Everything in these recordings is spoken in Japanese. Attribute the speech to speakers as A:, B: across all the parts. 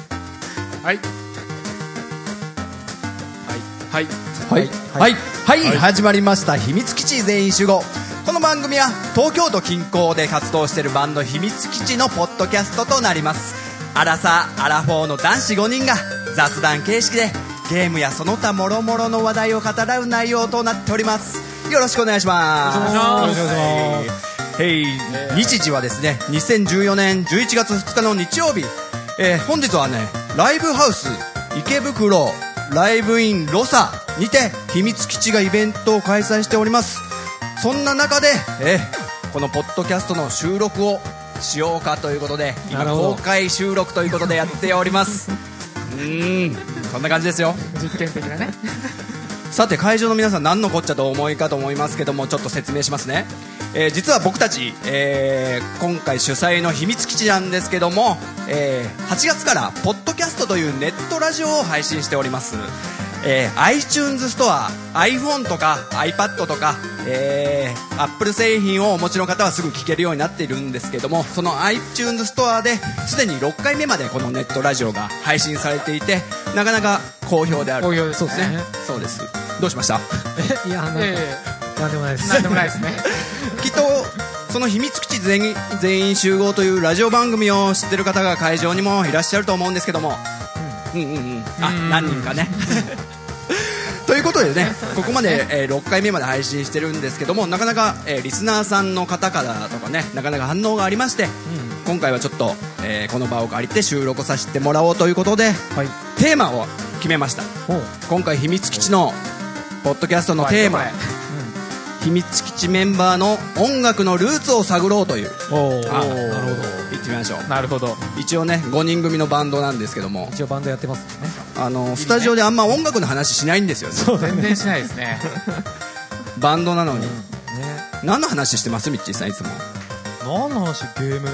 A: はいはい
B: はい、はい、はい、始まりました秘密基地全員集合。この番組は東京都近郊で活動しているバンド秘密基地のポッドキャストとなります。アラサー、アラフォーの男子5人が雑談形式でゲームやその他諸々の話題を語らう内容となっております。よろしくお願いします。はい日時はですね2014年11月2日の日曜日、えー本日はねライブハウス池袋ライブインロサにて秘密基地がイベントを開催しておりますそんな中で、えーこのポッドキャストの収録をしようかということで今公開収録ということでやっておりますうーんそんな感じですよ
A: 実験的なね
B: さて会場の皆さん何のこっちゃとお思いかと思いますけどもちょっと説明しますね、えー実は僕たち、えー今回主催の秘密基地なんですけども、えー8月からポッドキャストというネットラジオを配信しております、えー iTunes ストア iPhone とか iPad とか、えー Apple 製品をお持ちの方はすぐ聞けるようになっているんですけどもその iTunes ストアですでに6回目までこのネットラジオが配信されていてなかなか好評である
A: 好評ですねそうですね
B: そうです。どうしました？
C: いや、なんか、
A: え
C: なんでもないです。
A: えなんでもないですね
B: きっとその秘密基地全員全員集合というラジオ番組を知ってる方が会場にもいらっしゃると思うんですけども、うん、うんうんあ何人 かね。ということでね、ここまで、えー6回目まで配信してるんですけども、なかなか、えーリスナーさんの方からとかね、なかなか反応がありまして、今回はちょっと、えーこの場を借りて収録させてもらおうということで、
C: はい。
B: テーマを決めました。
C: おう。
B: 今回秘密基地のポッドキャストのテーマ秘密基地メンバーの音楽のルーツを探ろうという
C: おう。なる
B: あ
C: ほど。
B: 行ってみましょう
A: なるほど
B: 一応ね5人組のバンドなんですけども
C: 一応バンドやってますもんね。
B: あのスタジオであんま音楽の話しないんですよね
C: そう
A: 全然しないですね
B: バンドなのに
C: ね。
B: 何の話してますみっちーさんいつも
C: 何の話ゲ ーム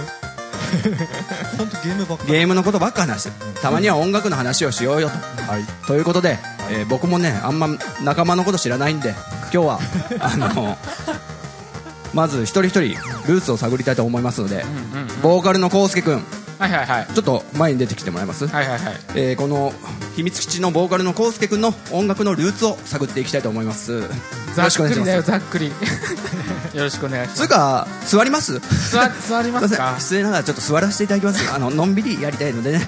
C: 本当ゲームばっか
B: ゲームのことばっか話してるたまには音楽の話をしようよと
C: はい。
B: ということで、えー僕もねあんま仲間のこと知らないんで 今日はあのまず一人一人ルーツを探りたいと思いますので、
A: うんうん
B: ボーカルのコウスケ君
A: はいはいはい
B: ちょっと前に出てきてもらえます、
A: はいはいはい
B: えーこの秘密基地のボーカルのコウスケ君の音楽のルーツを探っていきたいと思いますよ
A: ざ
B: ろ
A: っ
B: しくお
A: く
B: 願い
A: り
B: しま
A: だよ
B: す
A: ざっくりよ ろしくお願いします
B: つうか座りますす
A: 座座り
B: い
A: ま
B: ますせん
A: か
B: 失礼ながらちょっと座らせていただきますあののんびりやりたいのでね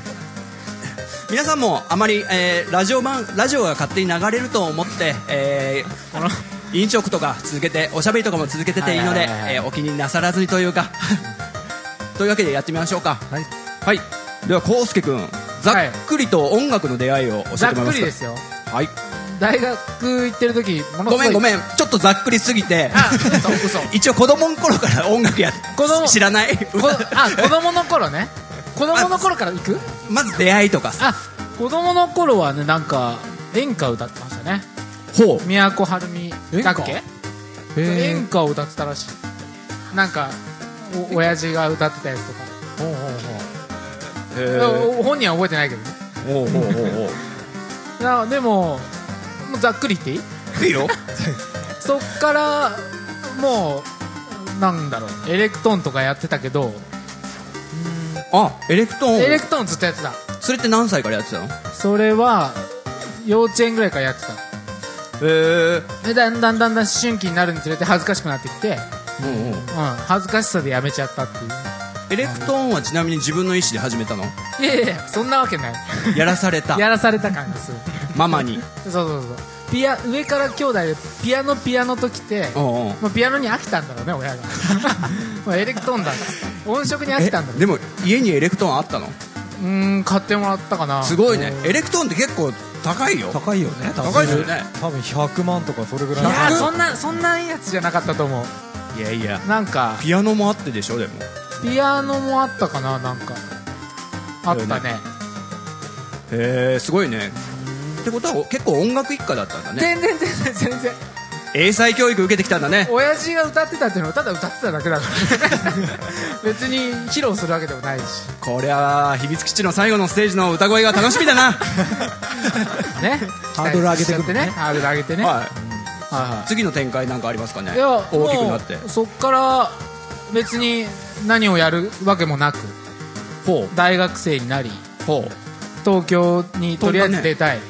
B: 皆さんもあまり、えーラジオ版ラジオが勝手に流れると思って、えー
A: この
B: 飲食とか続けておしゃべりとかも続けてていいので、
A: はいはいはいはい
B: えーお気になさらずにというか というわけでやってみましょうか
C: はい。
B: はいではコウスケ君ざっくりと音楽の出会いを教えてもらえます
A: ざっく
B: か
A: りですよ
B: はい
A: 大学行ってる時ものすご
B: ご
A: い
B: めんごめんちょっとざっくりすぎて
A: あ嘘嘘
B: 一応子供の頃から音楽や
A: 子供
B: 知らない
A: こあ子供の頃 ね子供の頃から行く
B: まず出会いとか
A: あ
B: さ
A: 子供の頃はねなんか演歌歌ってましたね
B: ほう
A: 宮古はるみだっけ
C: え
A: 演歌を歌ってたらしいなんかお親父が歌ってたやつとか
C: おうおう
A: お本人は覚えてないけどね
B: ほうほうほうほ
A: なでももうざっくり言っていいう
B: いいよ
A: そっからもうなんだろうエレクトーンとかやってたけど
B: あエレクトーン
A: エレクトーンずっとやってた
B: それって何歳からやってたのへ
A: それは幼稚園ぐらいからやってた
B: え
A: でだんだんだんだん思春期になるにつれて恥ずかしくなってきて、
B: うんうん
A: うん、恥ずかしさでやめちゃったっていう
B: エレクトーンはちなみに自分の意思で始めた の
A: いやいやいやそんなわけない
B: やらされた
A: やらされた感じする
B: ママに
A: そうそうそうピア上から兄弟でピアノピアノと来て
B: うんうん
A: もうピアノに飽きたんだろうね親 がもうエレクトーンだ音色に飽きたんだろう
B: でも家にエレクトーンあったの
A: うーん買ってもらったかな
B: すごいねエレクトーンって結構高いよ
C: 高いよね。多分
B: 高いですよね。
C: 多分100万とかそれぐらい
A: い
C: の。
A: やそんなそんなやつじゃなかったと思う
B: いやいや
A: なんか
B: ピアノもあってでしょでも
A: ピアノもあったかななんかあったね
B: へえすごいねってことは結構音楽一家だったんだね
A: 全然全然全然
B: 英才教育受けてきたんだね
A: 親父が歌ってたっていうのはただ歌ってただけだから 別に披露するわけでもないし
B: こりゃあ秘密基地の最後のステージの歌声が楽しみだな
A: ね
C: ハードル上げてく
A: って
C: るね
A: ねハードル上げて ね、はい
B: は
A: はい
B: い、次の展開なんかありますかね
A: いや
B: 大きくなって
A: もうそっから別に何をやるわけもなく
B: ほ
A: 大学生になり
B: うほう
A: 東京にとりあえず出たい、
B: う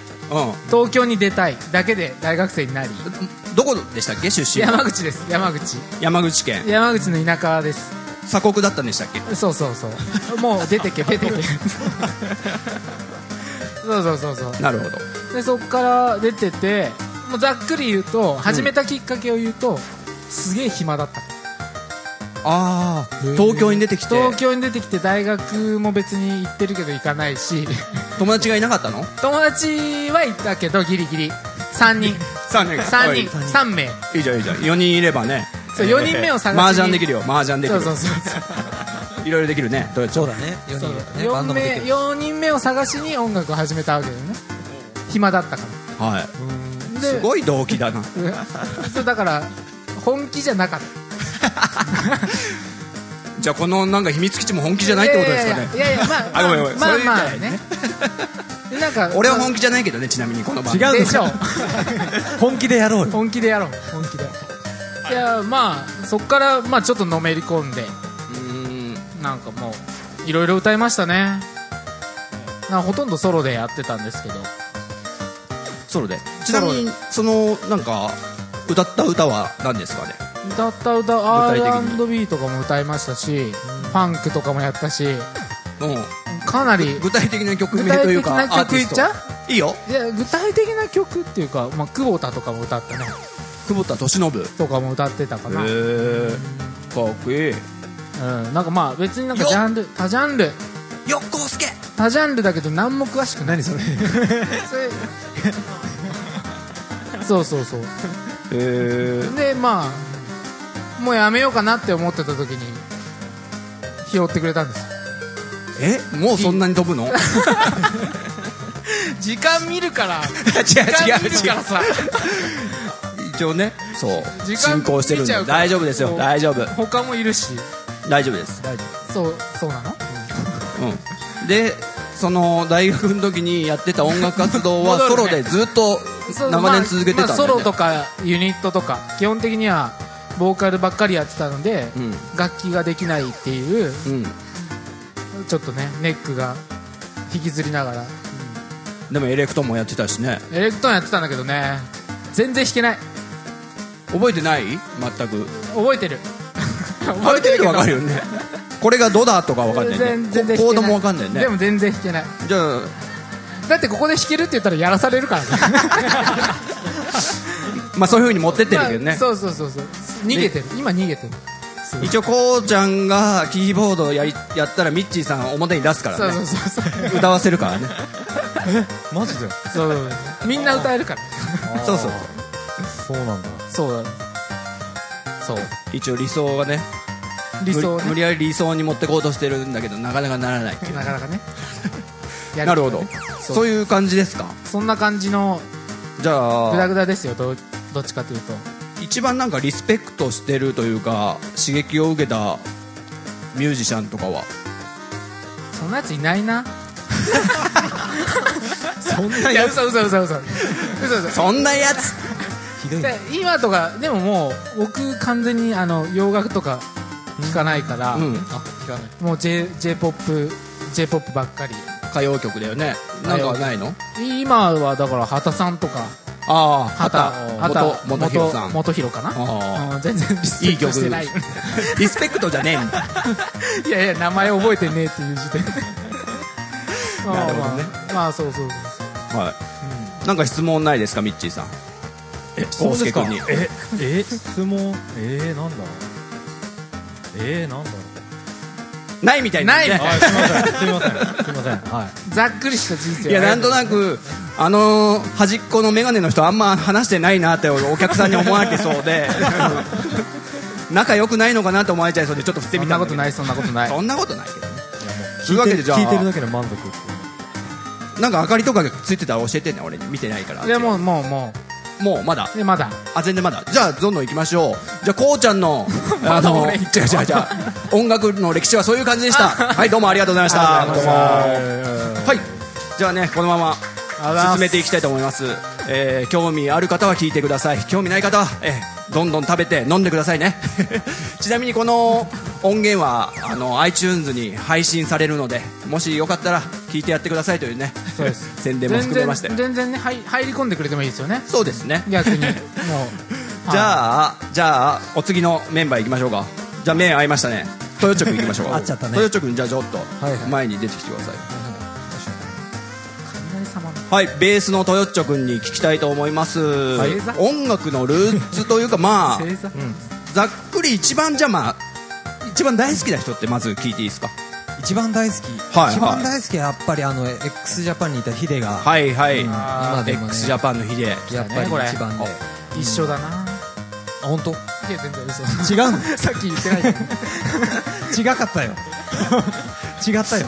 A: 東京に出たいだけで大学生になり
B: んどこでしたっけ出身
A: 山口です山口
B: 山口県
A: 山口の田舎です
B: 鎖国だったんでしたっけ
A: そうそうそう もう出てけ出てけそうそうそうそう
B: なるほど
A: でそこから出ててもうざっくり言うと始めたきっかけを言うと、すげえ暇だった
B: ああ
C: へー
B: 東京に出てきて
A: 東京に出てきて大学も別に行ってるけど行かないし
B: 友達がいなかったの
A: 友達はいたけどギリギリ3人
B: 3人
A: 3人3名
B: いいじゃんいいじゃん4人いればね
A: そう4人目を探しに
B: マージャンできるよマージャンでき
A: そう
B: る
A: そうそうそう
B: いろいろできるねどうやっちゃ
C: そううだね4
A: そう
C: 人だねバンド
A: 4
C: もで
A: 名
C: きるし
A: 4人目を探しに音楽を始めたわけだよね暇だったから
B: はい
A: です
B: ごい動機だな
A: うんそうだから本気じゃなかった
B: じゃあこのなんか秘密基地も本気じゃないってことですかね
A: いやいやいやいやま
B: あ
A: あ
B: ごめんごめん
A: ま
B: そ
A: あ
B: ういう意味
A: まあ
B: じゃない
A: ねでなんか
B: 俺は本気じゃないけどねちなみにこの番組
C: 違う
A: でしょう
C: 本気でやろうよ
A: 本気でやろう本気でいやまあそっからまあちょっとのめり込んで
B: うん
A: なんかもういろいろ歌いましたねなんかほとんどソロでやってたんですけど
B: ソロでちなみにそのなんか歌った歌は何ですかね
A: 歌った歌
B: 具体的に
A: R&B とかも歌いましたしファンクとかもやったし
B: も
A: かなり
B: う具体的な曲
A: 具
B: 名
A: 体
B: という
A: 的
B: か
A: な曲言っちゃ
B: アーティストいいよ
A: ういや具体的な曲っていうか、まあ、久保田とかも歌ったね
B: 久保田利伸へ
A: とかも歌ってたかな、
B: えかっこいい
A: うん、なんかまあ別になんか
B: よっ
A: ジャンル多ジャンル
B: よっこうすけ
A: 多ジャンルだけど何も詳しくない
C: 何それ
A: それそうそうそう
B: へえ
A: でまあもうやめようかなって思ってた時に拾ってくれたんです
B: えもうそんなに飛ぶの 違う
A: 時間見る から
B: 違う違う
A: さ
B: 一応ねそう
A: 時間
B: 進行してるんで
A: 見ちゃうから
B: 大丈夫ですよ
A: そう
B: 大丈夫
A: 他もいるし
B: 大丈夫です
C: 大丈
A: そうそうなの
B: うんでその大学の時にやってた音楽活動はソ
A: 戻る
B: ロ
A: ね
B: でずっと
A: そう
B: 長年続けてたん
A: ま
B: だ
A: あまあ
B: よ
A: ソロ
B: ね
A: とかユニットとか基本的にはボーカルばっかりやってたので、
B: うん
A: 楽器ができないっていう
B: うん
A: ちょっとねネックが引きずりながら
B: でもエレクトーンもやってたしね
A: エレクトーンやってたんだけどね全然弾けない
B: 覚えてない全く
A: 覚えてる
B: あ
A: 覚
B: る程度わかるよねこれがドだとかわかんない
A: 全
B: ね
A: 然弾けない
B: コードもわかんないね
A: でも全然弾けない
B: じゃあ
A: だってここで弾けるって言ったらやらされるからね
B: まあそういうふうに持ってってるけど
A: ま
B: ね
A: あそうそうそうそう逃げてる今逃げてるそう
B: 一応こうちゃんがキーボードをやりやったらミッチーさんを表に出すから
A: そう
B: ね
A: そうそうそう
B: 歌わせるからね
C: 夫マジで
A: そうみんな歌えるから
B: そうそう
C: そうなんだ
A: そうだそう
B: 一応理想はね
A: 理想
B: 無理無
A: ね
B: 理やり理想に持ってこうとしてるんだけどなかなかならないっていう
A: なかなかねや
B: なるほど
A: そう
B: そういう感じですか
A: そんな感じの
B: じゃ
A: グダ
B: あ
A: グダですよどどっちかというと
B: 一番なんかリスペクトしてるというか刺激を受けたミュージシャンとかは
A: そんなやついない な
C: そんない
A: や嘘嘘嘘嘘嘘嘘
B: そんなやつ
C: ひどい
A: で今とかでももう僕完全にあの洋楽とか聞かないから、
B: うん
C: あ聞かない
A: もう J j p o p j p o p ばっかり
B: 歌謡曲だよねなんかはないの
A: 今はだから畑さんとか
B: ああ
A: 畑
B: 元元弘さん
A: 元弘かな
B: あ
A: うん全然リス
B: あい
A: ペ
B: い
A: クト
B: 曲
A: してない
B: リスペクトじゃねえんだ
A: いやいや名前覚えてねえっていう時点でまあ
B: なるほどね
A: まあまあそうそうそうそう
B: はいなんか質問ないですかミッチーさんえ
C: そうですか
B: 君に
C: ええ質問えー、なんだえー、なんだろう
B: ないみたいな
A: ないみた
C: あー すいませんすいませんすいませんはい
A: ざっくりした人生
B: いやなんと
A: く
B: なくあのー端っこの眼鏡の人あんま話してないなってお客さんに思われてそうで仲良くないのかなって思われちゃいそうでちょっと振って
A: そ
B: み
A: ん
B: た
A: なんこ
B: だけ
A: と
B: ど
A: ないそんなことない
B: そんなことないけどねと
C: 聞いう
B: い
C: て
B: わけでじゃあ
C: 聞いてるだけで満足っていう
B: なんか明かりとかがついてたら教えてね俺に見てないから
A: いやもうもうも
B: もうまだ
A: うでまだ
B: あ全然まだじゃあどんどん行きましょうじゃあこうちゃ んのあの違う違う違う音楽の歴史はそういう感じでしたはいどうもありがとうございましたどうもはいじゃあねこのまま
A: ありがとうございます
B: 進めていきたいと思います、えー興味ある方は聞い てください興味ない方は、えーどんどん食べて飲んでくださいねちなみにこの音源はあの iTunes に配信されるのでもしよかったら聞いてやってくださいというね
A: そうです
B: 宣伝も
A: 全
B: 含め
A: 然
B: まして
A: 全然ね入入り込んでくれてもいいですよね
B: そうですね
A: 逆にもう
B: じ
A: あ
B: ゃあ、じゃあ、お次のメンバー行きましょうか。じゃあ、目合いましたね。豊ちょくん行きましょうか。
D: 合っちゃったね
B: 豊ちょくん、じゃあ、ちょっ
A: いは
B: と
A: い
B: 前に出てきてください。
A: 雷様の
B: はい、ベースの豊ちょくんに聞きたいと思います
A: 星座。
B: 音楽のルーツというか、まあ、
A: 星座、
B: ざっくり一番じゃあ、まあ、一番大好きな人ってまず聞いていいですか。
D: 一番大好き、
B: はい
D: 一番大好きはやっぱりあの x ジャパンにいたヒデが、
B: はいはい。
D: 今でもね
B: x ジャパンのヒデ。
D: やっぱり
A: これ
D: 一番で、
B: あ
A: 一緒だな、
D: あ本当
A: いや全然嘘
D: 違うの
A: さっき言ってないけどね
D: 違かったよ 違ったよ、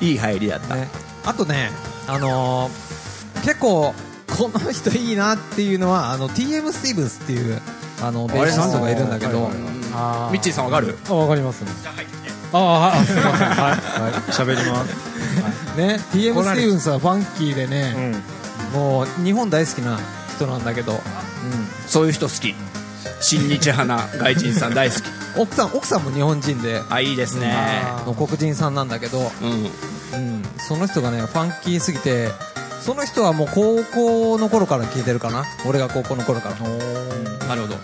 B: いい入りだった。
D: ね、あとねあのー結構この人いいなっていうのはあの TM スティーブンスっていうあのベーシストがいるんだけど、
A: あー
B: ミッチーさんわかる
E: あわかりますあ はいすいませんはいはい喋ります
D: ね TM
A: 怒ら
D: ス
A: れちゃう
D: ティーブンスはファンキーでね、もう日本大好きな人なんだけど、
B: そういう人好き。新日派な外人さん大好き。
D: 奥さん奥さんも日本人で
B: あ、いいですね。
A: あー
D: の黒人さんなんだけど、
B: うん。
D: うん、その人がねファンキーすぎてその人はもう高校の頃から聞いてるかな俺が高校の頃から
B: なるほど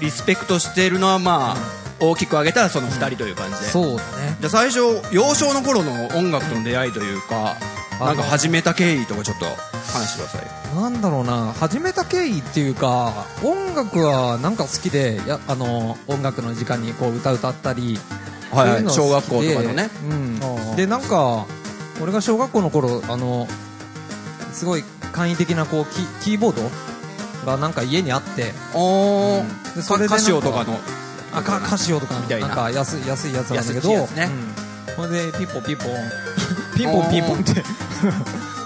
B: リスペクトしているのはまあ、大きく挙げたらその2人という感じで、
D: そうだね
B: じゃあ最初幼少の頃の音楽との出会いというか、
D: あの
B: なんか始めた経緯とかちょっと話してください
D: なんだろうな始めた経緯っていうか音楽はなんか好きでやあの音楽の時間にこう歌歌ったり
B: はいはい
D: そ
B: 小
D: ううの
B: 学
D: 好
B: 校と
D: きで
B: かのね、
D: う
A: ああ
D: ん、でなんか俺が小学校の頃あのすごい簡易的なこうキキーボードがなんか家にあって
B: お
D: で
B: そ
D: それでな
B: カ
D: んか
B: シオとかの
D: あかカシオとか
B: み
D: の
B: たいな
D: なんか安い安いやつなんだけど
B: 安いやつね
D: うんこれでピンポンピンポンピンポンピンポンって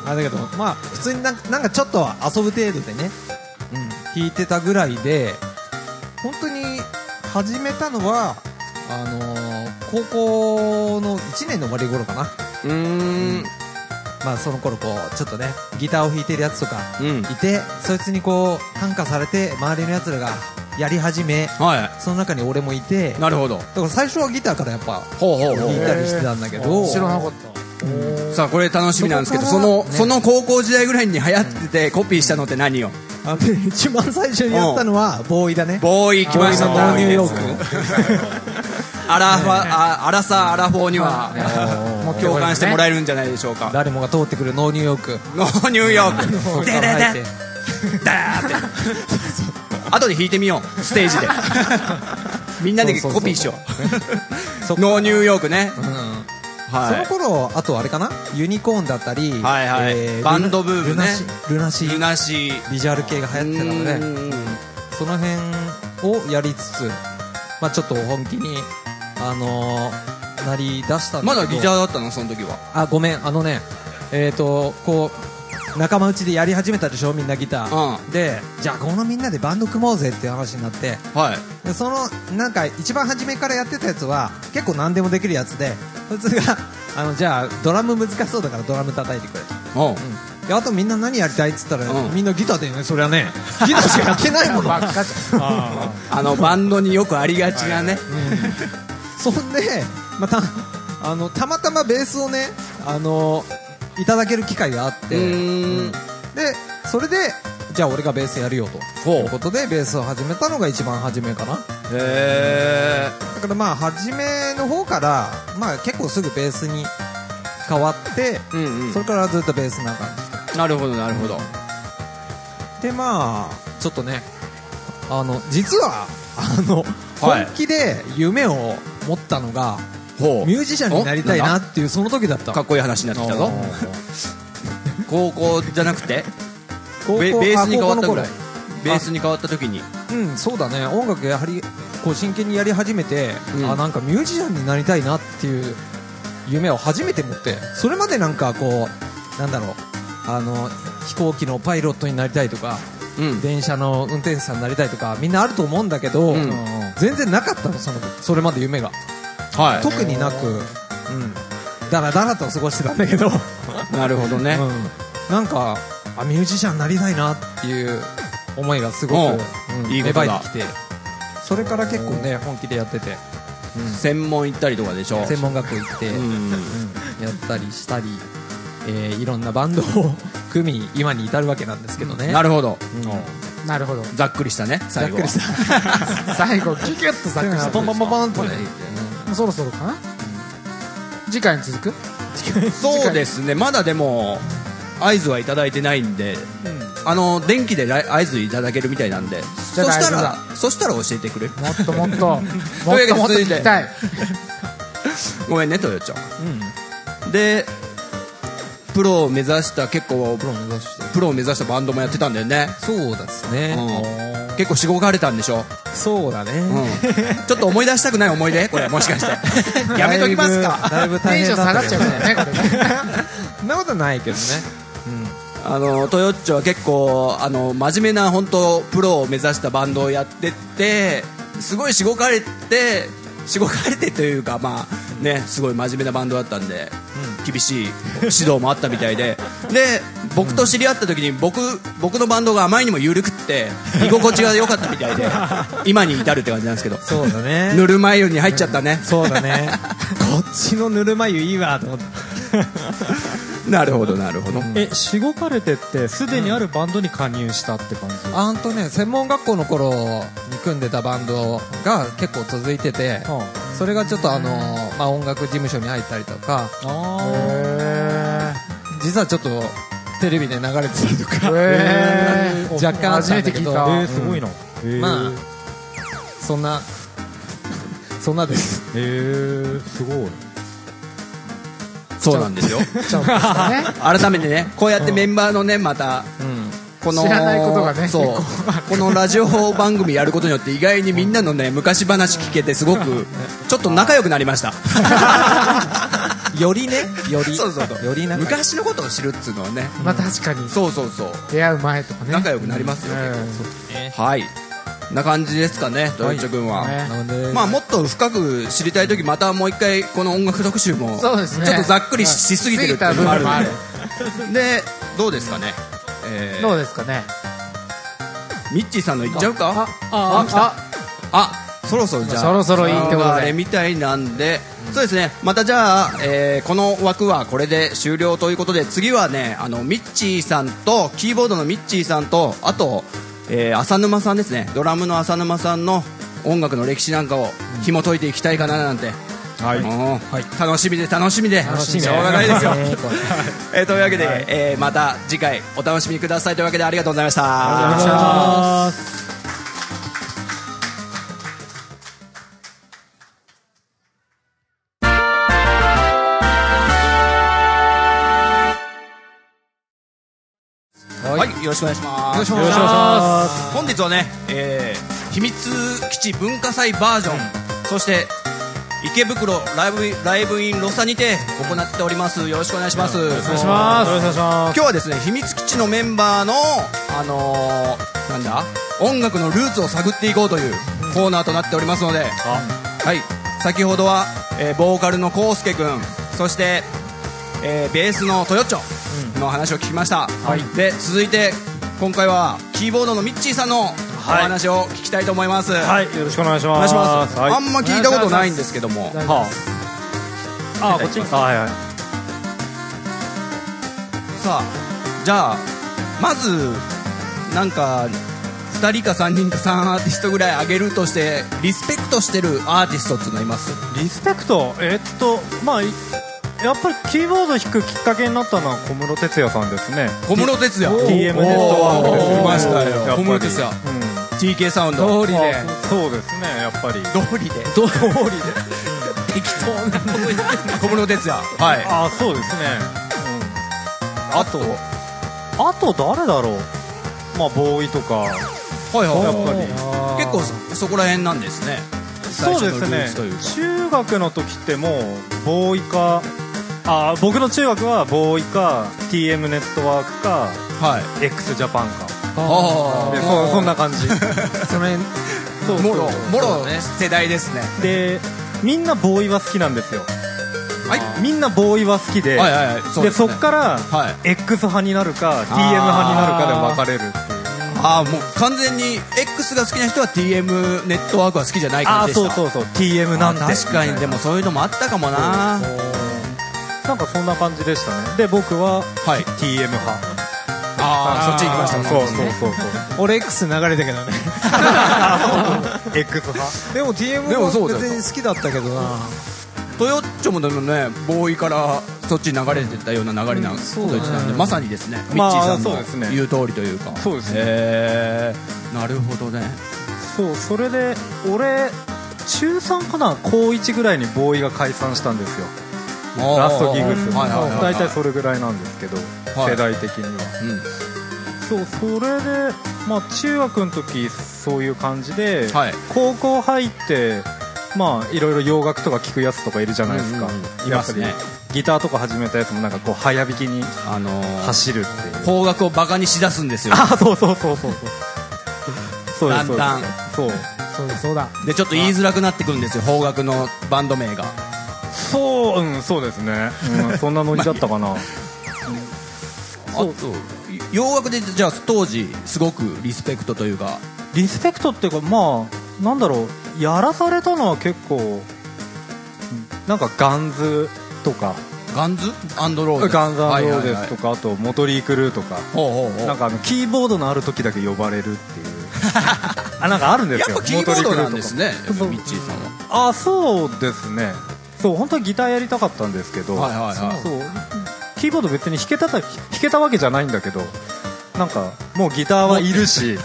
D: あれだけどまあ普通になんかなんかちょっと遊ぶ程度でね、うん、弾いてたぐらいで本当に始めたのはあのー高校の1年の終わり頃かな
B: うーん
D: まあその頃こうちょっとねギターを弾いてるやつとか
B: うん
D: いてそいつにこう感化されて周りのやつらがやり始め
B: は
D: その中に俺もいて
B: いなるほど
D: だから最初はギターからやっぱ
B: ほうほうほ
D: 弾いた
B: う
D: りしてたんだけど、
A: お知らなかっ
B: さあこれ楽しみなんですけどそ
D: そ
B: の
D: こ,、
B: その高校時代ぐらいに流行っててコピーしたのって何よ
D: あで一番最初にやったのはボーイだね。
B: ボーイ来ました
D: ボーイの
B: ボーイですアラファ、あアラサーアラフォーには
A: たも
B: 共感しても
A: え
B: らえるんじゃないでしょうか
D: 誰もが通ってくるノーニューヨーク。
B: ノーニューヨー ク。でで
D: から入
B: で
D: って
B: ダーって。後で弾いてみよう。ステー ジで。みんなでコピーしよ
D: そう
B: う。ノーニューヨークね。
D: うんそ
B: は
D: の
B: い。
D: 頃あとあれかなユニコーンだったり、
B: はいはい
D: ル
B: バンドブームね
D: ルナシルナシ
B: ルナシー。
D: ビジュアル系が流行ってたので
B: うん
D: その辺をやりつつ、まあ、ちょっと本気に、あのーなりだしたん
B: ま
D: け
B: だ
D: ど
B: ギターだったのその時は。
D: あごめんあのねえっ、とこう仲間内でやり始めたでしょみんなギター、
B: う
D: でじゃあこのみんなでバンド組もうぜっていう話になって
B: はい。
D: でそのなんか一番初めからやってたやつは結構何でもできるやつでそいつがあのじゃあドラム難しそうだからドラム叩いてくれと、
B: おう
D: うん、であとみんな何やりたいっつったら、
B: うん
D: みんなギターだよねそりゃねギターしかやってないも の
A: ばっかじゃん
B: あの、バンドによくありがちなね。
D: そんで、また、あの、たまたまベースをね、あの、いただける機会があって、
B: うーん
D: うんで、それで、じゃあ俺がベースやるよと。
B: ほう
D: いうことで、ベースを始めたのが一番初めかな。
B: へ
D: だからまあ、初めの方から、まあ結構すぐベースに変わって、
B: ー。うんう
D: それからずっとベースな感
B: ん。なるほど、なるほど。
D: じ。で、まあ、ちょっとね、あの、実は、あの、
B: はい
D: 本気で夢を持ったのが、
B: ほ
D: ミュージシャンになりたいなっていうその時だった
B: かっこいい話になってきたぞ。高校じゃなくて、
D: 高校
B: ベベースに変わったぐらい
D: あ高校。
B: ベースに変わった時に。
D: の頃うんそうだね音楽やはりこう真剣にやり始めて、
B: うん
D: あなんかミュージシャンになりたいなっていう夢を初めて持ってそれまでなんかこうなんだろうあの飛行機のパイロットになりたいとか
B: うん。
D: 電車の運転手さんになりたいとかみんなあると思うんだけど、
B: うん
D: 全然なかったのそのそれまで夢が
B: は
D: 特になく、うん、だらだらと過ごしてたんだけど
B: い。なるほどね。
D: うん、なんかあミュージシャンになりたいなっていう思いがすごく、
B: うんいいこと
D: 芽
B: だ
D: 生えてきてそれから結構ね本気でやってて
C: うん
B: 専門行ったりとかでしょ
C: 専門学校行って、
B: う
C: うん
B: ん
C: やったりしたり、えーいろんなバンドを組み今に至るわけなんですけどね
B: なるほど
C: うん
A: なるほ ど
B: ざっくりしたね
C: ざっ
B: 最後
C: くりした
A: 最後キュキュッとざっくりした
C: ポンポンポンポンとね
A: もうそろそろかな、次回に続く
B: そうですねまだでも合図はいただいてないんで、あの電気でら合図いただけるみたいなんでそ
A: ゃあ
B: した
A: 大丈夫
B: ら
A: だ
B: そしたら教えてくれる
A: もっともっと もっ
B: という
A: とも
B: わ
A: っ
B: け
A: と
B: で
A: 聞きたい
B: ごめんねトヨちゃん、でプロを目指した結構
C: プロ目指して
B: プロを目指したバンドもやってたんだよね、
C: そうですね、
B: うん、結構しごかれたんでしょ、
C: そうだね、
B: うん、ちょっと思い出したくない思い出これもしかしてやめときますか
C: だいぶ
A: テ
C: 大
A: ンショ
C: 変
A: ン下
C: だ
A: が
C: っ
A: ったち
C: け
A: ゃう
C: ど
A: からねこれね
C: そんなことないけどね
B: あのトヨッチョは結構あの真面目な本当プロを目指したバンドをやってってすごいしごかれてしごかれてというかまあねすごい真面目なバンドだったんで、厳しい指導もあったみたいでで僕と知り合った時に僕僕のバンドがあまりにも緩くって居心地が良かったみたいで今に至るって感じなんですけど
C: そうだね
B: ぬるま湯に入っちゃったね
C: そうだねこっちのぬるま湯いいわと思って
B: なるほどなるほど、
E: えしごかれてってすでにあるバンドに加入したって感じ、あ
C: あんとね専門学校の頃に組んでたバンドが結構続いててそれがちょっとあのーまあ、音楽事務所に入ったりとか
E: あ
C: 実はちょっとテレビで流れてたりとか
A: へー
C: 若干あったんだけど
A: 初めて聞いた
E: ーえー、すごいな、えー、
C: まあそんなそんなです
E: えー、すごい
B: そうなんですよ
A: ちょっとね
B: 改めてねこうやってメンバーのねまた
C: うん
B: この
A: 知らないことがね
B: そう
A: 結
B: このラジオ番組やることによって意外にみんなのね昔話聞けてす ごくちょっと仲良くなりました
C: よりねより
B: そうそうそう
C: よりなんか
B: 昔のことを知るっつうのはね
A: まあ確かに
B: そうそうそう
A: 出会う前とかね
B: 仲良くなりますよ
A: うん
B: はいな感じですかねドイツ君は、
A: ね
C: なので
B: まあもっと深く知りたい時またもう一回この音楽特集も
A: そうですね
B: ちょっとざっくりしすぎてるっていうのもあるんで
A: 過ぎた部
B: でどうですかね、えー
A: どうですかね
B: ミッチーさんの行っちゃうか
A: あ
B: あそろそろじゃあ
A: そろそろいいってことで
B: あれみたいなんで、そうですねまたじゃあ、えーこの枠はこれで終了ということで次はねあのミッチーさんとキーボードのミッチーさんとあと、えー浅沼さんですねドラムの浅沼さんの音楽の歴史なんかを紐解いていきたいかななんて、
E: はい
B: うん楽しみで楽しみでしょうがないですよ、 えーというわけで、えーまた次回お楽しみくださいというわけでありがとうございましたはい、よろしくお願いします。
C: よろしくお願いしま
B: 本日はね、えー秘密基地文化祭バージョン、そして池袋ライブライブインロサにて行っております。よろしくお願いします。
E: お願いしますお願いしま
B: 今日はですね、秘密基地のメンバーのあのーなんだ、音楽のルーツを探っていこうというコーナーとなっておりますので、はい、先ほどは、えーボーカルのコウスケくん、そして、えーベースのトヨッチョの話を聞きました、で続いて今回はキーボードのミッチーさんのお話を聞きたいと思います、
E: はいよろしくお願いし
B: お
E: ま
B: 願い
E: す
B: します、
E: はい
B: あんま聞いたことないんですけども
E: はああこっちあはいはい
B: さあじゃあまずなんか2人か3人か3アーティストぐらい挙げるとしてリスペクトしてるアーティストっていうのいます
E: リスペクトえーっとまあいやっぱりキーボード弾くきっかけになったのは小室哲哉さんですね
B: 小室哲哉
E: TM ネットワークです
B: お
E: ね
B: ー来ましたよ
E: やっぱり
B: 小室哲哉
E: うん
B: TK サウンド
A: 通りで
E: あそうそうですねやっぱり
B: 通りで通りで適当なこと言ってる小室哲哉はい
E: あそうですね、
B: あとはい
E: うん、あと誰だろうまあボーイとかやっぱ
B: は
E: り
B: い結構そそこら辺なんですね最
E: そう
B: 初
E: で
B: のルーツというか
E: すね中学の時ってもうボーイかあ僕の中学はボーイか TM ネットワークか
B: はい
E: x ジャパンか
B: あ
E: で
B: ー
E: そそんな 感じ
C: その辺
E: そう
B: もろ
E: そう
B: もろ世代ですね
E: でみんなボーイは好きなんですよ
B: はい
E: みんなボーイは好きで,、
B: はいはいはい
E: で
B: です
E: そ
B: ね
E: っから
B: はい
E: X 派になるか TM 派になるかで分かれるっていう
B: ああもう完全に X が好きな人は TM ネットワークは好きじゃない
E: あ
B: 感
E: あ
B: じでし
E: そう
B: た
E: そうそう TM なんて
B: あ確かにでもそういうのもあったかもな
E: なんかそんな感じでしたねで僕は
B: はい
E: TM 派
B: ああそっち行きました
E: そうそうそうそう
C: 俺 X 流れたけどね
E: X 派
C: でも TM
B: でもそう
C: も
B: だよ
C: 別に好きだったけどな
B: トヨッチョもでもねボーイからそっちに流れてったような流れなこと言ってたんでまさにですねミ
E: ま
B: ッ
E: あ
B: チーさんの
E: そうですね
B: 言う通りというか
E: そうですね
B: へえなるほどね
E: そうそれで俺中3かな高1ぐらいにボーイが解散したんですよラストギグス
B: はいはいはいはい
E: 大体それぐらいなんですけど
B: はい
E: 世代的には
B: うん
E: そうそれで、まあ、中学の時そういう感じで、
B: はい
E: 高校入ってまあいろいろ洋楽とか聴くやつとかいるじゃないですか、
B: うんうんうんい
E: や
B: ま
E: っぱ
B: す
E: り
B: ね
E: ギターとか始めたやつもなんかこう早弾きに
B: あのー
E: 走るっていう
B: 方角をバカにしだすんですよ
E: あそうそうそうそうそうそうですそうです
B: だん
E: そう
A: そうだそうだ
B: でちょっと言いづらくなってくるんですよ方角のバンド名が
E: そううんそうですね、うん、そんなノリだったか な
B: あと洋楽でじゃあ当時すごくリスペクトというか
E: リスペクトっていうかまあなんだろうやらされたのは結構なんかガンズとか
B: ガンズアンドロー
E: ガンズローデ
B: はいはいはい
E: スとか、あとモトリー・クルーとか
B: ほうほうほう
E: なんかあのキーボードのある時だけ呼ばれ るっていうあなんかあるんで
B: や
E: す
B: っ
E: よ
B: ぱキーボードなんです
E: モトリークルーと
B: ねやっぱ
E: かそう
B: ミッチーさんは
E: あそうですねそう本当はギターやりたかったんですけど、
B: はいはいはい
E: そうキーボード別に弾けたた弾けたわけじゃないんだけどなんかもうギターはい るし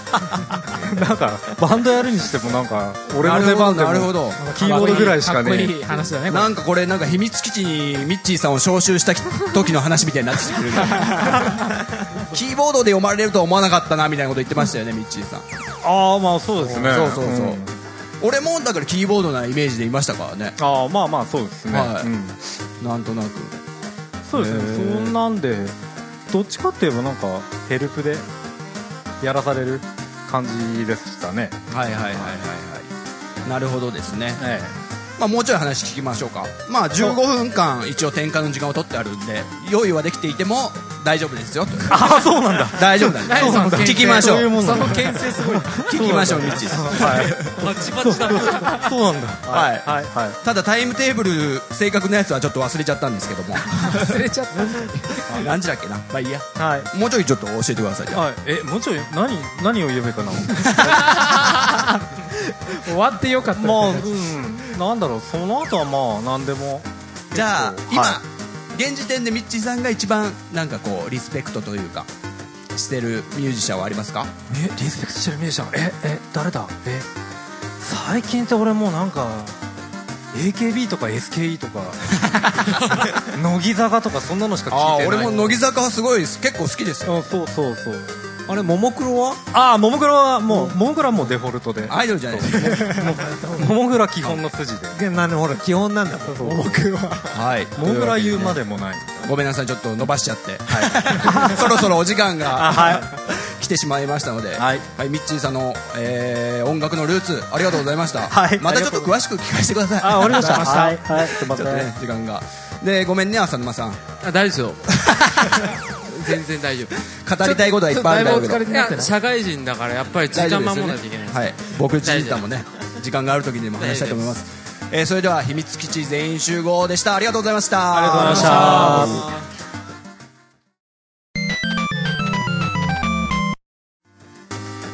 E: なんかバンドやるにしてもなんか俺の出番でも
B: なるほどなるほ
E: キーボードぐらいしかね
A: かっこいい話だねこれ
B: なんかこれなんか秘密基地にミッチーさんを招集した時の話みたいになってきて くれるキーボードで読まれるとは思わなかったなみたいなこと言ってましたよねミッチーさん
E: ああまあそうですね
B: そうそうそう、
E: ん
B: 俺もだからキーボードなイメージでいましたからね
E: ああまあまあそうですね、
B: はい
E: うん
B: なんとなく
E: そうですねそんなんでどっちかって言えばなんかヘルプでやらされる感じでしたね
B: はいはいはいはいはいなるほどですね、
E: え
B: まあ、もうちょい話聞きましょうかまあ15分間一応転換の時間を取ってあるんで用意はできていても大丈夫ですよ ああ そうなんだ大丈夫なんだ
A: そうなんだ
B: 聞きましょう
E: そういうもんなんだ
B: の牽制すごい聞きましょうミッチーさん
E: え はい
D: バチバチだった
E: そうなんだ
B: は
E: はいいはいはい
B: ただタイムテーブル正確なやつはちょっと忘れちゃったんですけども
A: 忘れちゃった
B: 何時だっけなまあいいや
E: はい
B: もうちょいちょっと教えてくださいじゃあ
E: はい、えもうちょい何何を言えばいいか な
A: 終わってよかった
E: まあう
A: ですね
E: んなんだろうその後はまあ何でも
B: じゃあ今、
E: は
B: 現時点でミッチーさんが一番なんかこうリスペクトというかしてるミュージシャンはありますか
E: えリスペクトしてるミュージシャンええ誰だえ最近って俺もうなんか AKB とか SKE とか乃木坂とかそんなのしか聞いてない
B: 俺も乃木坂はすごいです結構好きですよ
E: うんそうそうそう
C: あれももクロは
E: ああももクロはもうももクロはもうデフォルトで
B: アイドルじゃないですか
E: ももクロは基本の筋で
C: なほら基本なんだももクロは
B: はい
E: ももクロは言うまでもない
B: ごめんなさいちょっと伸ばしちゃって、 そろそろお時間が、来てしまいましたので、
E: はい
B: ミッチーさんの、えー音楽のルーツありがとうございました、
E: はい
B: またちょっと詳しく聞かせてください
E: あわかりま したはいはいすいま
B: ちょ
E: せ
B: っと
E: ん
B: ね時間がでごめんね浅沼さん
D: あ 大丈夫ですよ全然大丈夫
B: 語りたいことはいっぱいあるんだけど
A: だいぶお疲れに
D: い
A: なって
D: や
A: ない
D: 社会人だからやっぱり時
B: 大丈
D: 間
B: 夫ですよ
D: 守
B: ね
D: らないといけない
B: はい僕ジータもね時間がある時にでも話したいと思います、えーそれでは秘密基地全員集合でしたありがとうございましたありがとうございました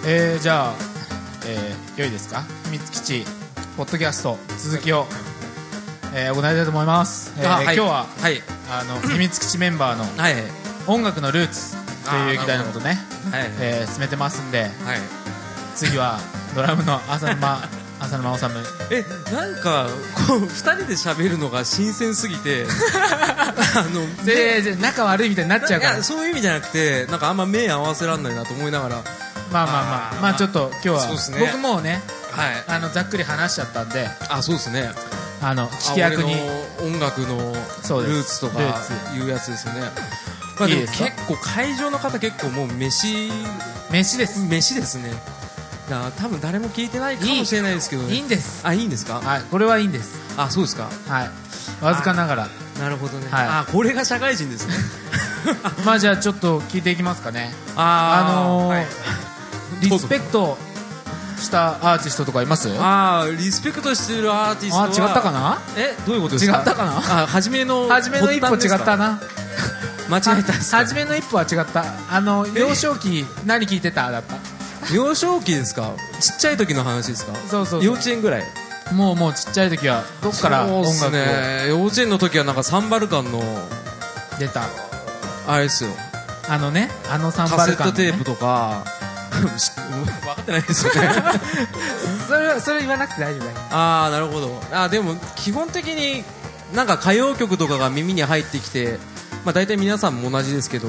A: えー、じゃあ、えー、良いですか秘密基地ポッドキャスト続きを、えー、行いたいと思います、えー
D: あはい
A: 今日は
D: はい
A: あの秘密基地メンバーの
D: はいはい
A: 音楽のルーツという議題のことね、
D: はい
A: えー、進めてますんで
D: はい
A: 次はドラムの浅沼 浅沼治
D: えなんかこう2人で喋るのが新鮮すぎ てあの
A: でで仲悪いみたいになっちゃうから
D: いやそういう意味じゃなくてなんかあんま目合わせらんないなと思いながらは
A: まあまあまあ
D: あー
A: まあちょっと今日は
D: そうっすね
A: 僕もうね
D: い
A: あのざっくり話しちゃったんで
D: あそうですね
A: あの聞き役に
D: あ俺の音楽のル
A: そうです
D: ーツとか
A: ルーツ
D: いうやつですよねまあで
A: いい
D: も
A: です
D: 結
A: か
D: 構会場の方結構もう飯
A: 飯です
D: 飯ですねだから多分誰も聞いてないかもしれないですけどね
A: いいんです
D: あいいんですか
A: はいこれはいいんです
D: あそうですか
A: はいわずかながら
D: なるほどね、
A: はい
D: あこれが社会人ですね
A: まあじゃあちょっと聞いていきますかね
D: あ
A: あのー
D: ーはい
A: リスペクトしたアーティストとかいますあ
D: ああリスペクトしてるアーティストは
A: 違ったかな
D: えどういうことですか
A: 違ったかな
D: あ初めの
A: 初めの一歩
D: 発端です
A: 違っ
D: か
A: たな
D: 間違えたっす
A: 初めの一歩は違ったあの幼少期何聞いてただった
D: 幼少期ですかちっちゃい時の話ですか
A: そうそう
D: 幼稚園ぐらい
A: もうもうちっちゃい時はどっから
D: そう
A: 音
D: っす
A: 楽を
D: ね幼稚園の時はなんかサンバルカンの
A: 出た
D: あれですよ
A: あのねあのサン
D: カ
A: バ
D: セ
A: ル
D: ッ
A: カン
D: ト
A: のね
D: テープとか し分かってないですよね
A: それはそれ言わなくて大丈夫だよ
D: ああなるほどあーでも基本的になんか歌謡曲とかが耳に入ってきてまあ大体皆さんも同じですけど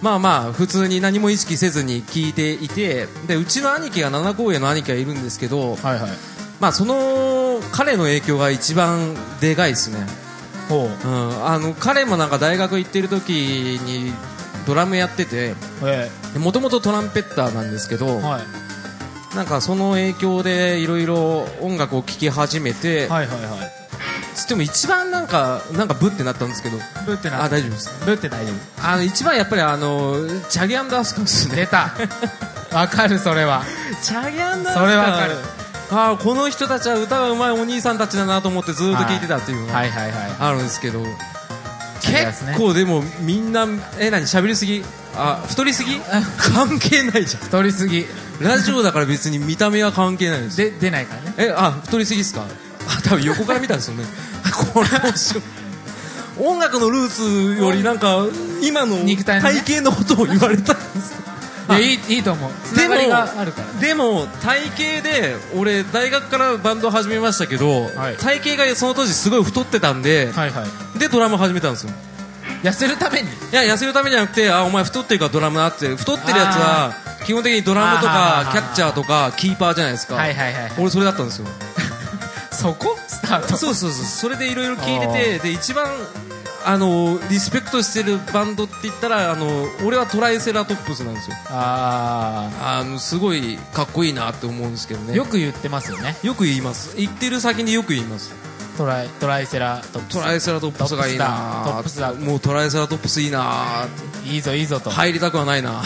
D: まあまあ普通に何も意識せずに聴いていてでうちの兄貴が七公演の兄貴がいるんですけど
A: はいはい
D: まあその彼の影響が一番でかいですね
A: ほう
D: うん、あの彼もなんか大学行ってる時にドラムやってて
A: え
D: もともとトランペッターなんですけど、
A: えはい
D: なんかその影響でいろいろ音楽を聴き始めて、
A: はいはいはい
D: つっても一番なんかなんかブってなったんですけど
A: ブってな
D: あ大丈夫です
A: ブって大丈夫
D: あの一番やっぱりあのチャゲアンダースカウス
A: 出
D: ね
A: たわかるそれは
D: チャゲアンダースカウス
A: それわかる
D: あーこの人たちは歌がうまいお兄さんたちだなと思ってずっと聴いてたっていうのが
A: はいはいはい
D: あるんですけど、
A: ですね
D: 結構でもみんなえ何喋りすぎあ太りす ぎ関係ないじゃん
A: 太りすぎ
D: ラジオだから別に見た目は関係ないんですよ
A: で出ないからね
D: えあ太りすぎですかあ多分横から見たんですよねこれ面白い音楽のルーツよりなんか今の
A: 肉体のね
D: 体型のことを言われたんです
A: い
D: あ
A: やいいいいと思うつながりがあるからね
D: でも体型で俺大学からバンド始めましたけど、
A: はい
D: 体型がその当時すごい太ってたんで、
A: はいはい
D: でドラム始めたんですよ
A: 痩せるために
D: いや痩せるためじゃなくてあお前太ってるからドラムなって太ってるやつは基本的にドラムと
A: あ
D: か
A: ー
D: キャッチャーとかキーパーじゃないですか、
A: はいはいはい
D: 俺それだったんですよ
A: そこスタート
D: そうそうそうそれでいろいろ聞いててで一番あのリスペクトしてるバンドって言ったらあの俺はトライセラトップスなんですよ
A: あ
D: あのすごいかっこいいなって思うんですけど
A: あ
D: ね
A: よく言ってますよね
D: よく言います言ってる先によく言います
A: トライトライセラトップス
D: トライセラトップスがいいな
A: トップスだトップスだ
D: もうトライセラトップスいいなって
A: いいぞいいぞと
D: 入りたくはないな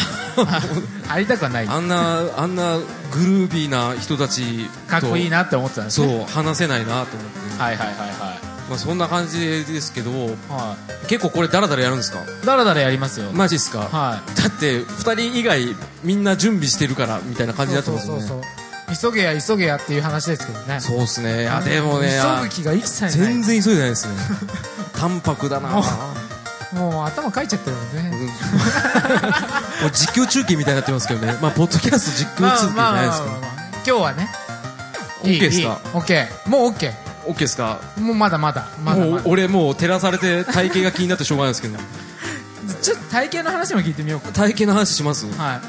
A: 入りたくはない
D: あんなあんなグルービーな人たちと
A: かっこいいなって思ってたんです
D: そ
A: ね
D: う話せないなと思って、
A: はいはいはいは
D: まあ、そんな感じですけど
A: いは
D: 結構これダラダラやるんですか
A: いだらだらやりますよ
D: マジっすか、
A: は
D: だって2人以外みんな準備してるからみたいな感
A: い
D: じになってますもんね
A: そうそうそう急げや急げやっていう話ですけどね
D: そうっすねいやでもね
A: 急ぐ気が一切ない
D: 全然急いでないですね淡白だな
A: も
D: も
A: うもう頭かいちゃってるもんね
D: う実況中継みたいになってますけどねまあポッドキャスト実況中継じゃないですか
A: まあ今日はねいい
D: OK っすか
A: いい OK もう OK
D: オッケーですか
A: もうまだまだまだ
D: も
A: ま
D: う
A: だ
D: 俺もう照らされて体型が気になってしょうがないですけど
A: ちょっと体型の話も聞いてみようか
D: 体型の話します
A: はい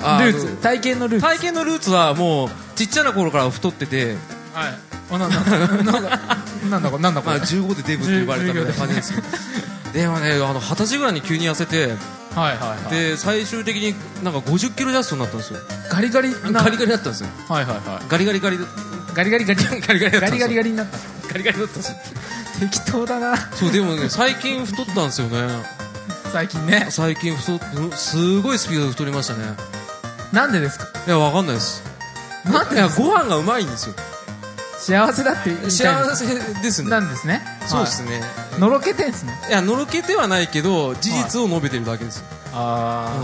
D: あ
A: ルーツ体型のルーツ
D: 体型のルーツはもうちっちゃな頃から太ってて
A: はいおなんだなんだなんだこれなんだこ
D: まあ
A: れ
D: 15でデブって呼ばれたみたいな感じですけどでもねあの二十歳ぐらいに急に痩せて
A: はいはいはい
D: で最終的になんか50キロジャストになったんですよ
A: ガリガリな
D: ガリガリだったんですよ
A: はいはいはい
D: ガリガリガリ
A: ガリガリガリ
D: ガリガリだった
A: ガリ
D: んですよ
A: ガリガリになった
D: ガリガリだったんですよ
A: 適当だな
D: そうでもね最近太ったんですよね
A: 最近ね
D: 最近太っすごいスピードで太りましたね
A: なんでですか
D: いやわかんないです
A: なんで
D: いやご飯がうまいんですよ
A: 幸せだって言いたい
D: 幸せですね
A: なんですね
D: そうで
A: は
D: すね
A: いのろけてんすね
D: いやのろけてはないけど事実を述べてるだけですよ
A: あ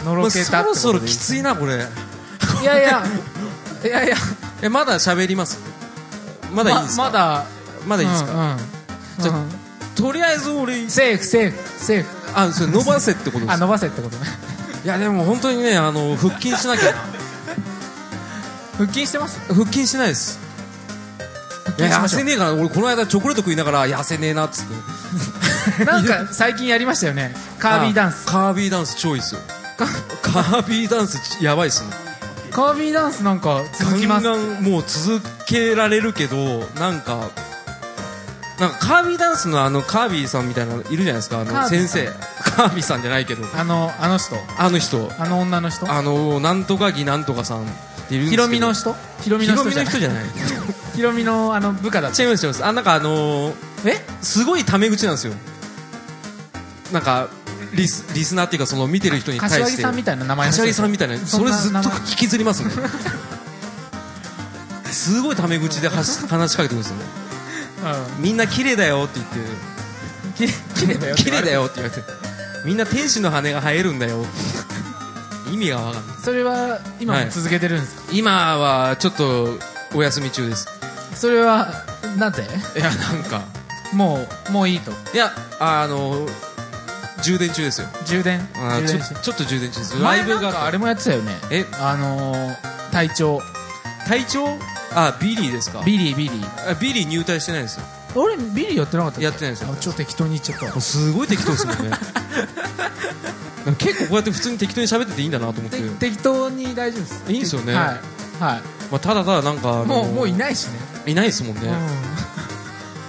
D: うん
A: の
D: ま
A: ろ
D: あ
A: け
D: そ
A: たって
D: ろ
A: こと
D: そろ
A: で
D: きついなこれ
A: いやいやいやいや
D: えまだ喋りますまだいいですか
A: ままだ
D: まだいいですか、
A: か
D: じゃあとりあえず俺
A: セーフセーフセーフ
D: あそれ伸ばせってことで
A: あ
D: す
A: 伸ばせってことね
D: いやでも本当にねあの腹筋しなきゃな
A: 腹筋してます
D: 腹筋してないですいや痩せねえから俺この間チョコレート食いながら痩せねえなっつって
A: なんか最近やりましたよねカービーダンス
D: あカービーダンス超いいっすよカービーダンスやばいっすね
A: カービーダンスなんか続きます
D: ガンガンもう続けられるけどなんかなんかカービーダンスのあのカービーさんみたいなのいるじゃないですかあ
A: カ
D: の
A: ービー
D: 先生カービーさんじゃないけど
A: あのあの人
D: あの人
A: あの女の人
D: あのなんとかぎなんとかさんっているんで
A: ヒ
D: すけど
A: ロミの人ヒロミ
D: ヒ
A: の
D: ロ
A: 人
D: ミ
A: じ
D: の
A: ゃない
D: 人じゃない
A: ヒロミのあの部下だった
D: 違います違いますあなんかあのー
A: え
D: すごいタメ口なんですよなんかリスリスナーっていうかその見てる人に対して
A: 柏木さんみたいな名前の人
D: 柏木さんみたいな
A: そ
D: そ
A: ん
D: れ
A: な
D: ずっ
A: 名
D: と
A: 前
D: 引きずりますねすごいタメ口ではし話しかけてくるんですよねみんな綺麗だよって言って綺麗
A: 麗だよって
D: 綺麗だよって言われてみんな天使の羽が生えるんだよ意味がわかんない
A: うんそれは今も続けてるんですか、
D: 今はちょっとお休み中です
A: それはなぜ
D: いやなんか
A: もうもういいと
D: いやあの充電中ですよ
A: 充電
D: あ
A: 充
D: ちょ
A: 電して
D: ちょっと充電中ですライ
A: 前
D: ブ
A: なん
D: があって
A: かあれもやってたよね
D: え
A: あのー、隊長
D: 隊長あビリーですか
A: ビリービリー
D: あビリー入隊してないんですよ
A: 俺ビリーやってなかったっけ
D: やってないですよ
A: あちょっと適当に言っちゃったわ
D: もうすごい適当ですもんねなんか 結構こうやって普通に適当に喋ってていいんだなと思って、
A: て
D: ま
A: 適当に大丈夫です
D: いいんですよね
A: はい、はい、
D: あ、ただただなんかあの
A: もうもういないしね、
D: いないですもんね、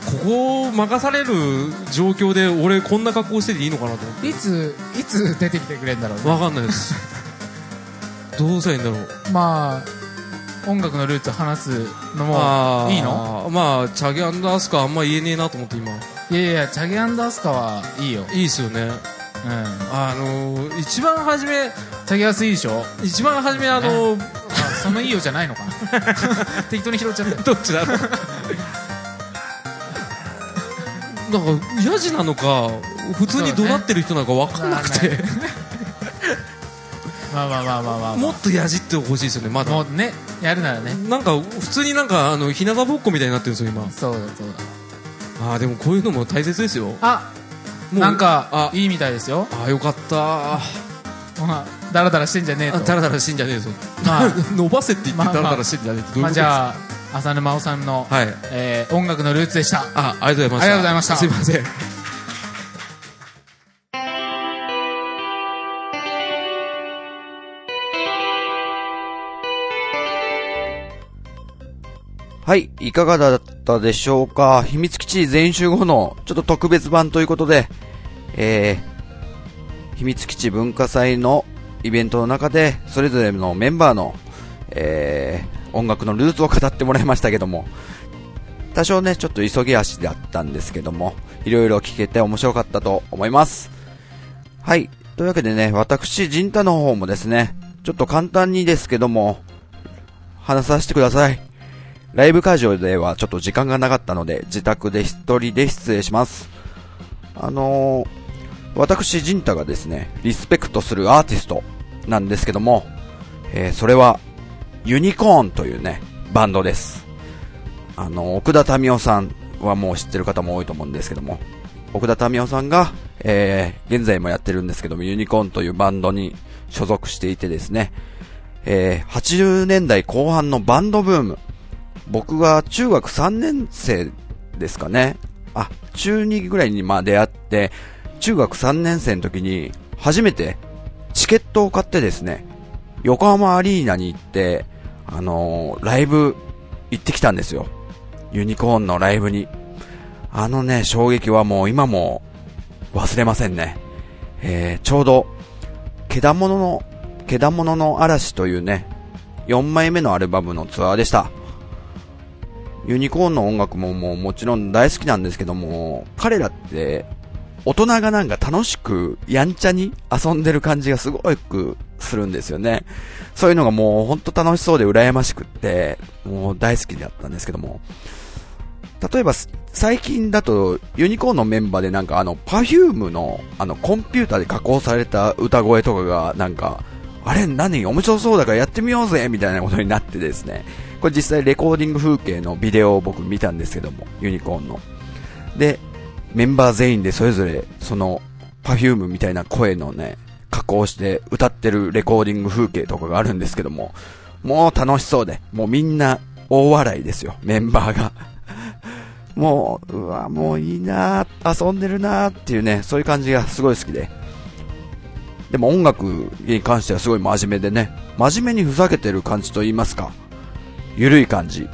D: ここを任される状況で俺こんな格好してていいのかなと思っ
A: うん、いついつ出てきてくれるんだろう
D: て
A: ね
D: わかんないです どうしたらいいんだろう
A: まあ音楽のルーツ話すの
D: あ
A: も
D: ー
A: いいの
D: まあチャゲアンダースカあんま言えねえなと思って今
A: いやいやチャゲアンダースカはいいよ、うん、
D: いいですよねあのー一番初め
A: チャゲアスいいでしょ
D: 一番初めあのー
A: あそのいいよじゃないの かな適当に拾っちゃったよ
D: どっちだろう なんかヤジなのか普通に怒鳴ってる人なのか分かんなくて、
A: そうだまあまあまあまあまあ、ま
D: もっとヤジってほしいですよねま
A: あ、
D: だ
A: もうねやるならね
D: なんか普通になんかあの日向ぼっこみたいになってるんですよ今
A: そうだそうだ
D: あーでもこういうのも大切ですよも
A: あ
D: う
A: なんか
D: あ
A: いいみたいですよ
D: あーよかったー
A: まあダラダラしてんじゃねえと
D: あだらだらしてんじゃねえぞ
A: まあ
D: 伸ばせって言っ
A: ま
D: て
A: あまあ
D: だらだらしてんじゃねえってどういう
A: まあ、
D: ことです
A: じ
D: か、
A: ゃあ浅沼さんの、
D: はい
A: えー音楽のルーツでした
D: あありがとうございました
A: ありがとうございました
D: すいません
F: はい、いかがだったでしょうか秘密基地全集後のちょっと特別版ということで、えー、秘密基地文化祭のイベントの中で、それぞれのメンバーの、えー、音楽のルーツを語ってもらいましたけども、多少ね、ちょっと急ぎ足だったんですけども、いろいろ聞けて面白かったと思います。はい。というわけでね、私、ジンタの方もですね、ちょっと簡単にですけども、話させてください。ライブ会場ではちょっと時間がなかったので、自宅で一人で出演します。あのー、私、ジンタがですね、リスペクトするアーティストなんですけども、えーそれは、ユニコーンというね、バンドです。あの、奥田民生さんはもう知ってる方も多いと思うんですけども、奥田民生さんが、えー現在もやってるんですけども、ユニコーンというバンドに所属していてですね、えー80年代後半のバンドブーム、僕が中学3年生ですかね。あ、中2ぐらいにまあ出会って、中学3年生の時に初めてチケットを買ってですね、横浜アリーナに行って、あのーライブ行ってきたんですよ。ユニコーンのライブに。あのね、衝撃はもう今も忘れませんね。えーちょうど、けだものの、けだものの嵐というね、4枚目のアルバムのツアーでした。ユニコーンの音楽ももうもちろん大好きなんですけども、彼らって、大人がなんか楽しく、やんちゃに遊んでる感じがすごくするんですよね。そういうのがもうほんと楽しそうで羨ましくって、もう大好きだったんですけども。例えば、す最近だと、ユニコーンのメンバーでなんかあの、パフュームの、あの、コンピューターで加工された歌声とかが、なんか、あれ何面白そうだからやってみようぜみたいなことになってですね。これ実際レコーディング風景のビデオを僕見たんですけども、ユニコーンの。で、メンバー全員でそれぞれ、その、パフュームみたいな声のね、加工して歌ってるレコーディング風景とかがあるんですけども、もう楽しそうで、もうみんな大笑いですよ、メンバーが。 もう、うわ、もういいなぁ遊んでるなぁっていうね、そういう感じがすごい好きで。でも音楽に関してはすごい真面目でね、真面目にふざけてる感じと言いますか、ゆるい感じ。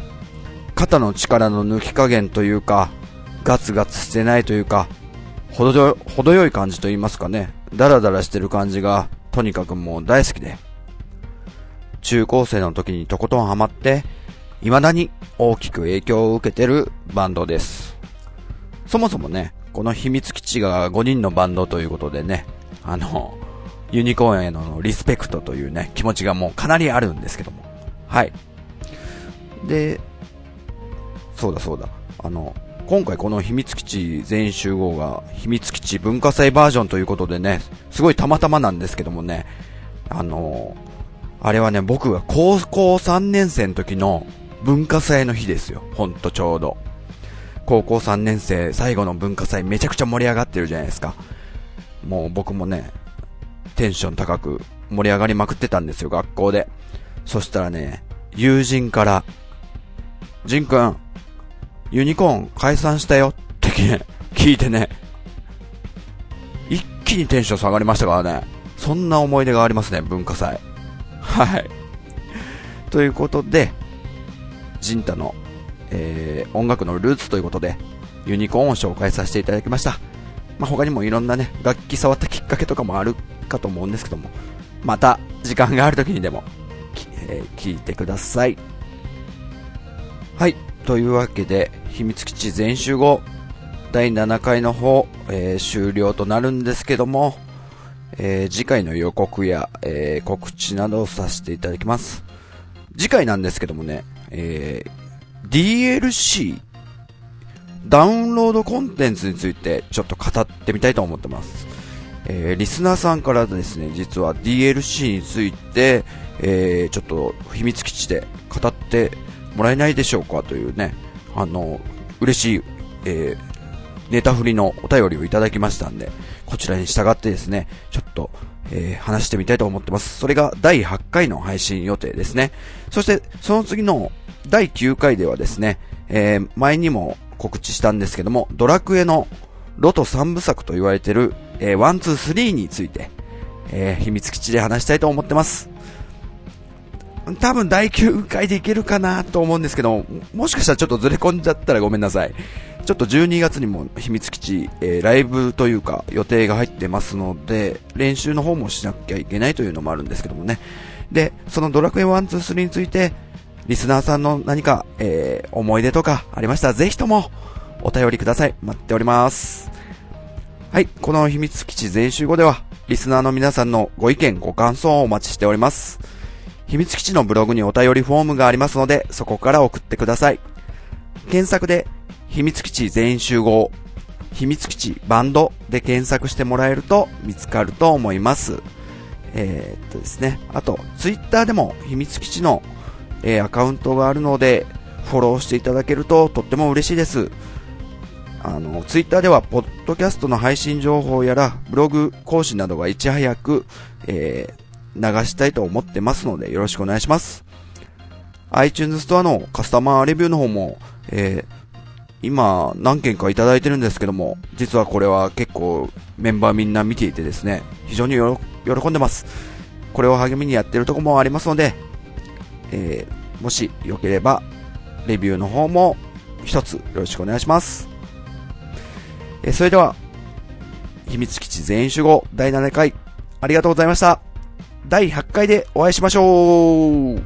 F: 肩の力の抜き加減というか、ガツガツしてないというか、程よ、程よい感じと言いますかね。ダラダラしてる感じが、とにかくもう大好きで。中高生の時にとことんハマって、未だに大きく影響を受けてるバンドです。そもそもね、この秘密基地が5人のバンドということでね、あの、ユニコーンへのリスペクトというね、気持ちがもうかなりあるんですけども。はい。で、そうだそうだ。あの、今回この秘密基地全集合が秘密基地文化祭バージョンということでね、すごいたまたまなんですけどもね、あの、あれはね、僕が高校3年生の時の文化祭の日ですよ。ほんとちょうど。高校3年生最後の文化祭めちゃくちゃ盛り上がってるじゃないですか。もう僕もね、テンション高く盛り上がりまくってたんですよ、学校で。そしたらね、友人から、ジンくん、ユニコーン解散したよってね聞いてね、一気にテンション下がりましたからね、そんな思い出がありますね、文化祭。はい。ということで、ジンタの、えー音楽のルーツということで、ユニコーンを紹介させていただきました。まあ、他にもいろんなね、楽器触ったきっかけとかもあるかと思うんですけども、また時間がある時にでも、きえー聞いてください。はい。というわけで、秘密基地全集合、第7回の方、えー終了となるんですけども、えー次回の予告や、えー告知などをさせていただきます。次回なんですけどもね、えー DLC、ダウンロードコンテンツについてちょっと語ってみたいと思ってます。えーリスナーさんからですね、実は DLC について、えーちょっと秘密基地で語ってもらえないでしょうかというね、あの、嬉しい、えーネタ振りのお便りをいただきましたんで、こちらに従ってですね、ちょっと、えー話してみたいと思ってます。それが第8回の配信予定ですね。そして、その次の第9回ではですね、えー前にも告知したんですけども、ドラクエのロト3部作と言われてる、えー、1、2、3について、えー秘密基地で話したいと思ってます。多分第9回でいけるかなと思うんですけども、もしかしたらちょっとずれ込んじゃったらごめんなさい。ちょっと12月にも秘密基地、えーライブというか予定が入ってますので、練習の方もしなきゃいけないというのもあるんですけどもね。で、そのドラクエ1、2、3について、リスナーさんの何か、えー思い出とかありましたら、ぜひともお便りください。待っております。はい、この秘密基地全集後では、リスナーの皆さんのご意見、ご感想をお待ちしております。秘密基地のブログにお便りフォームがありますので、そこから送ってください。検索で、秘密基地全員集合、秘密基地バンドで検索してもらえると見つかると思います。えーっとですね。あと、ツイッターでも秘密基地の、えーアカウントがあるので、フォローしていただけるととっても嬉しいです。あの、ツイッターでは、ポッドキャストの配信情報やら、ブログ更新などがいち早く、えー流したいと思ってますのでよろしくお願いします。iTunes ストアのカスタマーレビューの方も、えー今何件かいただいてるんですけども、実はこれは結構メンバーみんな見ていてですね、非常によろ喜んでます。これを励みにやってるとこもありますので、えーもしよければ、レビューの方も一つよろしくお願いします。えーそれでは、秘密基地全員集合第7回、ありがとうございました。第8回でお会いしましょう